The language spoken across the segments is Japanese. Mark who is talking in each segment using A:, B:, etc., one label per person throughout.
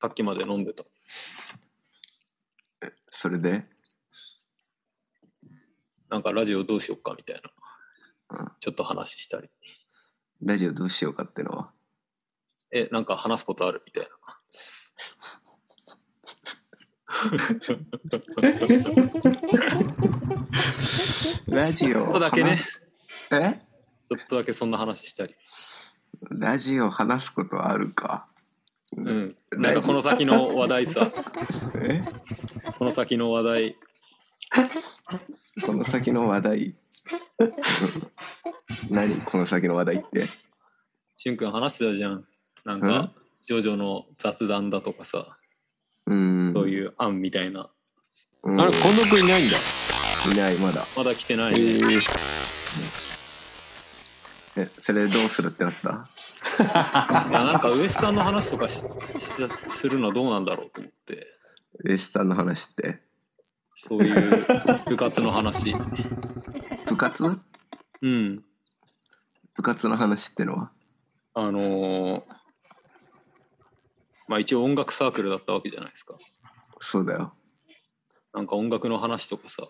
A: さっきまで飲んでた。
B: それで
A: なんかラジオどうしよっかみたいな。
B: うん
A: ちょっと話したり。
B: ラジオどうしようかってのは
A: え、なんか話すことあるみたいな。
B: ラジ
A: ち
B: オ
A: ょっとだけね
B: 話、すえ
A: ちょっとだけそんな話したり。
B: ラジオ話すことあるか
A: うん。なんかこの先の話題さ、
B: え
A: この先の話題、
B: この先の話題 うん何この先の話題って
A: しゅんくん話してたじゃん。なん
B: う
A: か
B: ん、
A: ジョジョの雑談だとかさ、
B: うん
A: そう
B: う、
A: いう案みたいな。
B: うん、
C: あれ、近藤くんいないんだ。
B: いないまだ
A: まだ来てな
C: え
A: いね。
C: ー、
B: えそれどうするってなった
A: いやなんかウエスタンの話とかししするのはどうなんだろうと思って、
B: ウエスタンの話って
A: そういう部活の話。
B: 部活
A: うん。
B: 部活の話ってのは
A: あのーまあ一応音楽サークルだったわけじゃないですか。
B: そうだよ
A: なんか音楽の話とかさ、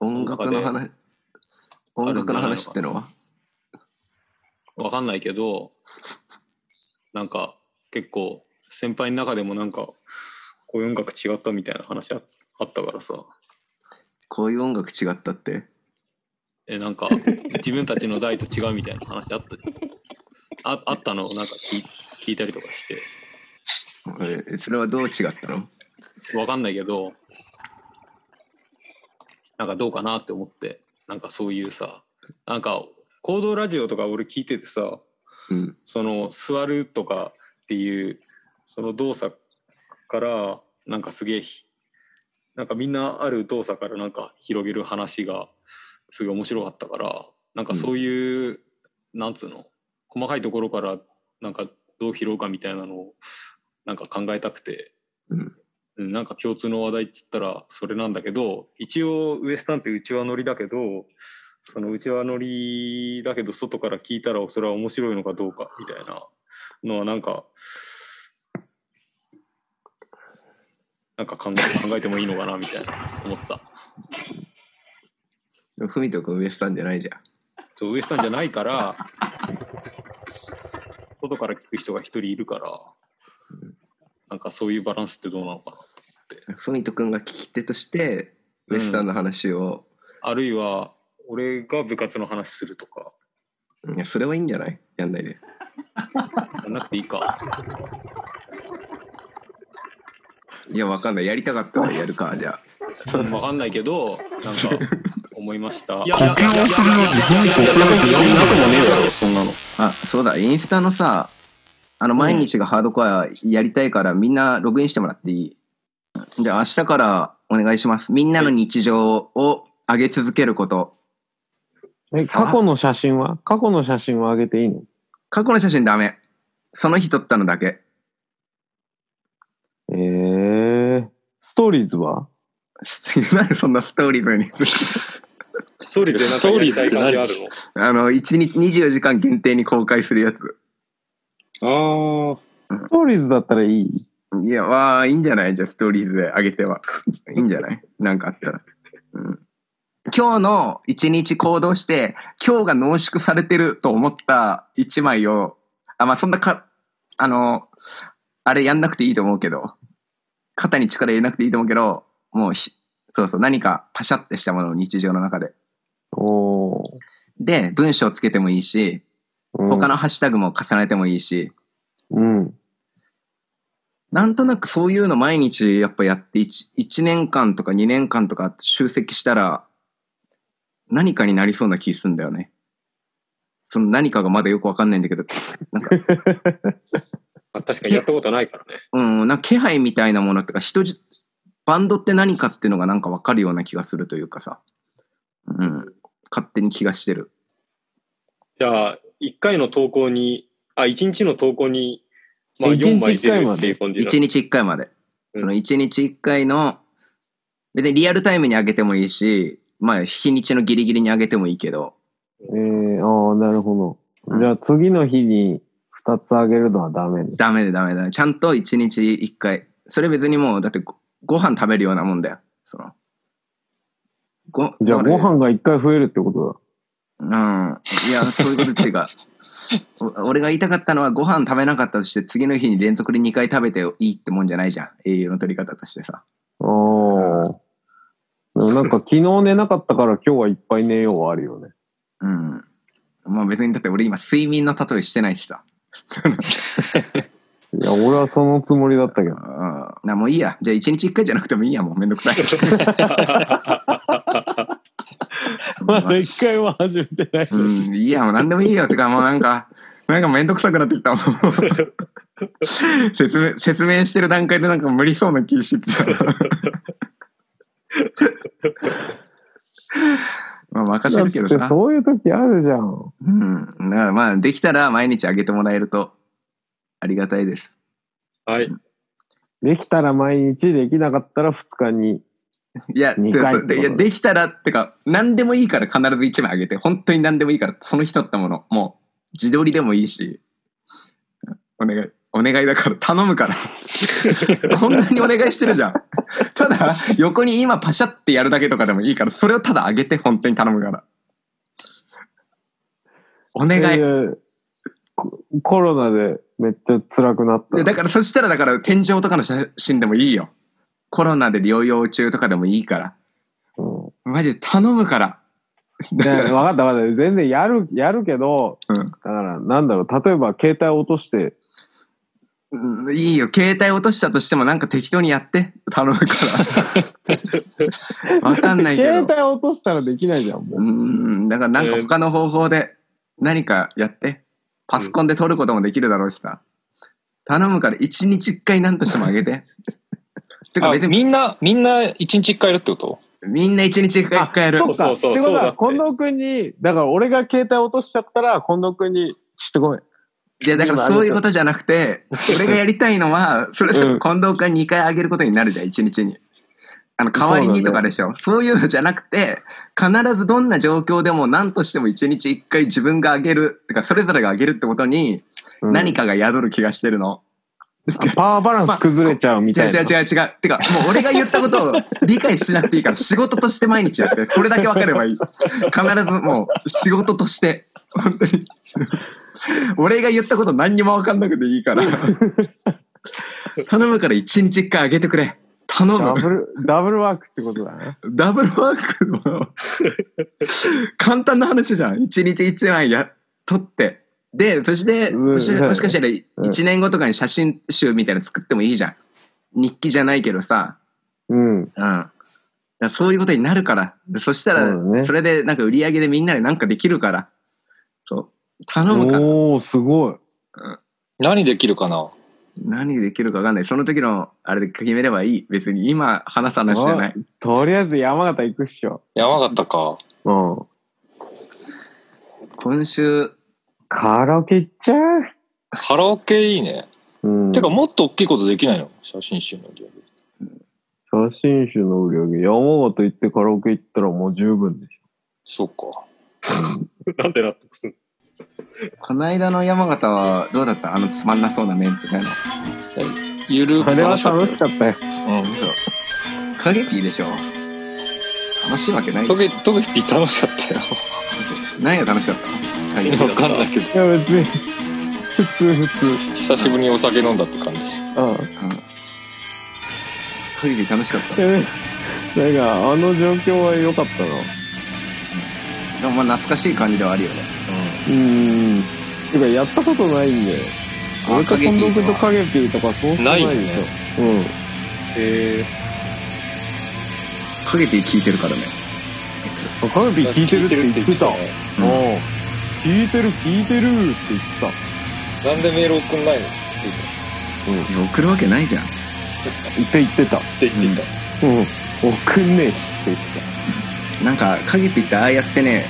B: 音楽の
A: その中
B: 話音楽の話ってのは
A: わかんないけど、なんか結構先輩の中でもなんか、こういう音楽違ったみたいな話ああったからさ、
B: こういう音楽違ったって
A: え、なんか自分たちの代と違うみたいな話あったじゃん。ああったのをなんか聞い聞いたりとかして。
B: えそれはどう違ったの
A: わかんないけど、なんかどうかなって思って、なんかそういうさ、なんか行動ラジオとか俺聞いててさ、
B: うん
A: その座るとかっていう、その動作から、なんかすげえ、なんかみんなある動作からなんか広げる話がすごい面白かったから、なんかそういう、なんつうの、細かいところからなんかどう拾うかみたいなのをなんか考えたくて、
B: うん
A: うんなんか共通の話題っつったらそれなんだけど一応ウエスタンってうちわ乗りだけどそのうちわ乗りだけど外から聞いたらそれは面白いのかどうかみたいなのはなんかなんか考え考えてもいいのかなみたいな思った
B: でもふみとくんウエスタンじゃないじゃん
A: そうウエスタンじゃないから外から聞く人が一人いるからなんかそういうバランスってどうなのかな
B: ふみとくんが聞き手としてウエスタンの話を、
A: あるいは俺が部活の話するとか
B: いやそれはいいんじゃないやんないで
A: やんなくていいか。
B: いやわかんないやりたかったらやるかじゃあ
A: うんわかんないけど、なんか、思いました。いや、
C: そんなの。
B: あそうだインスタのさあの毎日がハードコアやりたいから、みんなログインしてもらっていいじゃあ明日からお願いしますみんなの日常を上げ続けること
D: え、過去の写真は過去の写真は上げていいの
B: 過去の写真ダメその日撮ったのだけ
D: えー、ストーリーズは
B: なんでそんなストーリーズに
A: ストーリーズ
C: ストーリーズって何
A: ある
B: あの1日24時間限定に公開するやつ
D: ス
C: ああ、
D: トーリーズだったらいい
B: いやわあいいんじゃないじゃあストーリーズで上げては いいんじゃないなんかあったら、うん、今日の一日行動して今日が濃縮されてると思った一枚をあまあそんなかあのあれやんなくていいと思うけど肩に力入れなくていいと思うけどもうひそうそう何かパシャってしたものを日常の中で
D: おー。
B: で文章をつけてもいいし
D: うん
B: 他のハッシュタグも重ねてもいいし、
D: うん。
B: なんとなくそういうの毎日やっぱやって 1, 年間とか2年間とか集積したら何かになりそうな気すんだよね。その何かがまだよくわかんないんだけど、なんか、
A: 確かにやったことないからね。
B: うん、なんか気配みたいなものとか人じ、バンドって何かっていうのがなんかわかるような気がするというかさ、うん、勝手に気がしてる。
A: じゃあ、1回の投稿に、あ、1日の投稿に、まあ
D: 一日
A: 4枚出
D: 一回
A: る
D: ま
A: って
D: で
A: いう感じだ
B: 1日1回まで。
A: うん
B: その1日1回の、別にリアルタイムに上げてもいいし、まあ日にちのギリギリに上げてもいいけど、
D: えー、ああ、なるほど。じゃあ次の日に二つあげるのはダメです。
B: ダメでダメだ。ちゃんと一日一回。それ別にもう、だってごご飯食べるようなもんだよ。その。ご、
D: じゃ
B: だ
D: あ
B: から
D: ご飯が一回増えるってこと
B: うん。いや、そういうことっていうか、お俺が言いたかったのはご飯食べなかったとして、次の日に連続で2回食べていいってもんじゃないじゃん。栄養の取り方としてさ。
D: だ。おー。でもなんか昨日寝なかったから今日はいっぱい寝ようはあるよね。
B: うん。まあ別にだって俺今睡眠の例えしてないしさ。
D: いや、俺はそのつもりだった けど
B: う。ん。なもういいや。じゃあ一日一回じゃなくてもいいや。もうめんどくさい。
D: まだ 一回も始めてない。
B: うん、いいや、もう何でもいいよ。てか、もうなんか、 なんかめんどくさくなってきたも ん。説明、説明してる段階でなんか無理そうな気してきた。 まあ任せるけど
D: だって
B: さ。
D: そういう時あるじゃん。
B: うん。だからまあ、できたら毎日あげてもらえるとありがたいです。
A: はい。
D: できたら毎日、できなかったら2日に。
B: いや、
D: 二回
B: そうでいやできたらってか、何でもいいから必ず1枚あげて、本当に何でもいいから、その日取ったもの、もう自撮りでもいいし、お願い、お願いだから頼む から。こんなにお願いしてるじゃん。ただ、横に今パシャってやるだけとかでもいいから、それをただあげて、本当に頼むから。お願い。
D: い。コロナでめっちゃ辛くなっ
B: で
D: た。
B: だから、そしたら、だから、天井とかの写真でもいいよ。コロナで療養中とかでもいいから。
D: うん
B: マジで頼むから。
D: で分かった分かった。全然やる、やるけど、
B: うん
D: だから、なんだろう、例えば携帯落として、
B: うんいいよ、携帯落としたとしてもなんか適当にやって、頼む から。わかんないけ
D: 携
B: ど
D: 帯。落としたらできないじゃん、も
B: う
D: う。
B: ん、だからなんか他の方法で何かやって。パソコンで撮ることもできるだろうしさ。頼むから一日一回何としてもあげて。てか
C: あ
B: 別に
C: みんな、みんな一日一回やるってこと
B: みんな一日一回一回やる
D: そ。うか。
A: そうそうそう
D: ってこ
A: そ
D: と
A: うだっ
D: は、
A: て
D: 近藤君に、だから俺が携帯落としちゃったら、近藤君に、ちょっとごめん。
B: いやだからそういうことじゃなくて、俺がやりたいのは、それだと近藤君に2回あげることになるじゃん、1日に。あの、代わりにとかでしょ。そう,、いうのじゃなくて、必ずどんな状況でも何としても1日1回自分があげる、てかそれぞれがあげるってことに
D: うん
B: 何かが宿る気がしてるの。
D: パワーバランス崩れちゃうみ
B: 違う
D: たいな。
B: 違う違う違う。てか、もう俺が言ったことを理解しなくていいから、仕事として毎日やって、これだけ分かればいい。必ずもう仕事として、本当に。俺が言ったこと何にも分かんなくていいから。頼むから一日一回あげてくれ。頼
D: ダ
B: む。
D: ブル、ダブルワークってことだね。
B: ダブルワークの簡単な話じゃん。一日一枚や、取って。で、そして、
D: うん
B: もし
D: はい
B: もしかしたら一年後とかに写真集みたいなの作ってもいいじゃん。日記じゃないけどさ。
D: うん。
B: うん。だからそういうことになるから。でそした
D: そうだね
B: ら、それでなんか売り上げでみんなでなんかできるから。そう。頼むから。
D: おー、すごい。
C: 何できるかな
B: 何できるかわかんない。その時のあれで決めればいい。別に今話す話じゃない。
D: とりあえず山形行くっしょ。
C: 山形か。
D: うん。
B: 今週、
D: カラオケ行っちゃ
C: カラオケいいね。
D: う。うん。
C: てか、もっと大きいことできないの写真集の売り上げ
D: 写真集の売り上げ、山形行ってカラオケ行ったらもう十分でし
C: そうか。
A: なんで納得する
B: この間の山形はどうだったあのつまんなそうなメンツが。
C: ゆる
D: ょ。
C: く
D: あれは
C: 楽しか
D: 楽
C: っ
D: しかったよ。
C: たよ。うん。
B: カゲピーでしょ楽しいわけないで
C: ト
B: し
C: ゲ、トゲピー楽しかったよ。
B: ょ。何が楽しかったカゲピー
C: わかんないけど、
D: いや、別に。普通、普
C: 久しぶりにお酒飲んだって感じ。
D: 通。うん。
B: うんカゲピー楽しかった。で
D: えなんか、あの状況は良かった
B: も
D: な。
B: まあ懐かしい感じではあるよね。
D: うん。てか、やったことないんで。俺と近藤君とカゲピーとかそうそうないでしょ。うん。
A: え
B: カゲピー聞いてるからね。
D: カルビ聞いてるって言ってた。
B: うん
D: うん聞いてる聞いてるって言ってた。
C: なんでメール送んないのっ
B: いや送るわけないじゃん。
D: 言って言ってた。
C: て言ってた。
D: うん。送んねえしって言って
B: なんか、影ピってああやってね、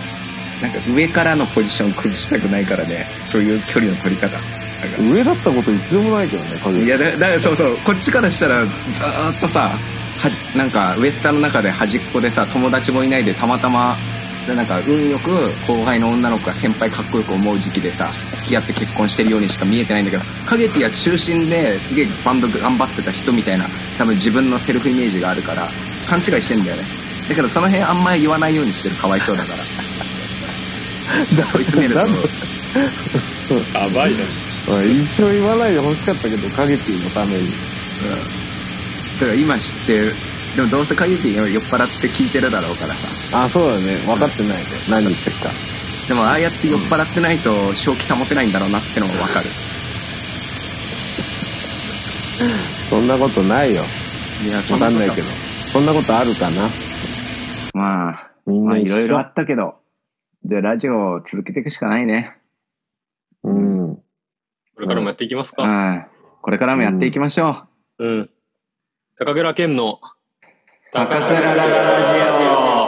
B: なんか上からのポジション崩したくないからね、そういう距離の取り方。
D: た。上だったこと一度もないけどね、カル
B: い
D: ビ。
B: や、だだからそうそう、こっちからしたら、ずーっとさ、はじなんか、ウエスタの中で端っこでさ、友達もいないで、たまたまでなんか運よく後輩の女の子が先輩かっこよく思う時期でさ付き合って結婚してるようにしか見えてないんだけど影ピが中心ですげえバンド頑張ってた人みたいな多分自分のセルフイメージがあるから勘違いしてんだよねだけどその辺あんまり言わないようにしてるかわいそうだから追い詰める
D: なんで
B: と
C: やばいな。
D: まあ一生言わないで欲しかったけど、カゲピーのために。
B: だから今知ってるでもどうせ影ピ酔っ払って聞いてるだろうからさ
D: あ、そうだね。分かってないね。何言ってるか。
B: でもああやって酔っ払ってないと正気保てないんだろうなってのもわかる
D: そんなことないよ。
B: いや
D: わかんないけど。そんなことあるかな。
B: まあ
D: みん
B: ま
D: な
B: あ
D: 一緒
B: いろいろあったけどじゃあラジオを続けていくしかないね
D: うん。
A: これからもやっていきますか。
B: うんこれからもやっていきましょう、
A: うん。高倉健の
B: 高倉ラララジオ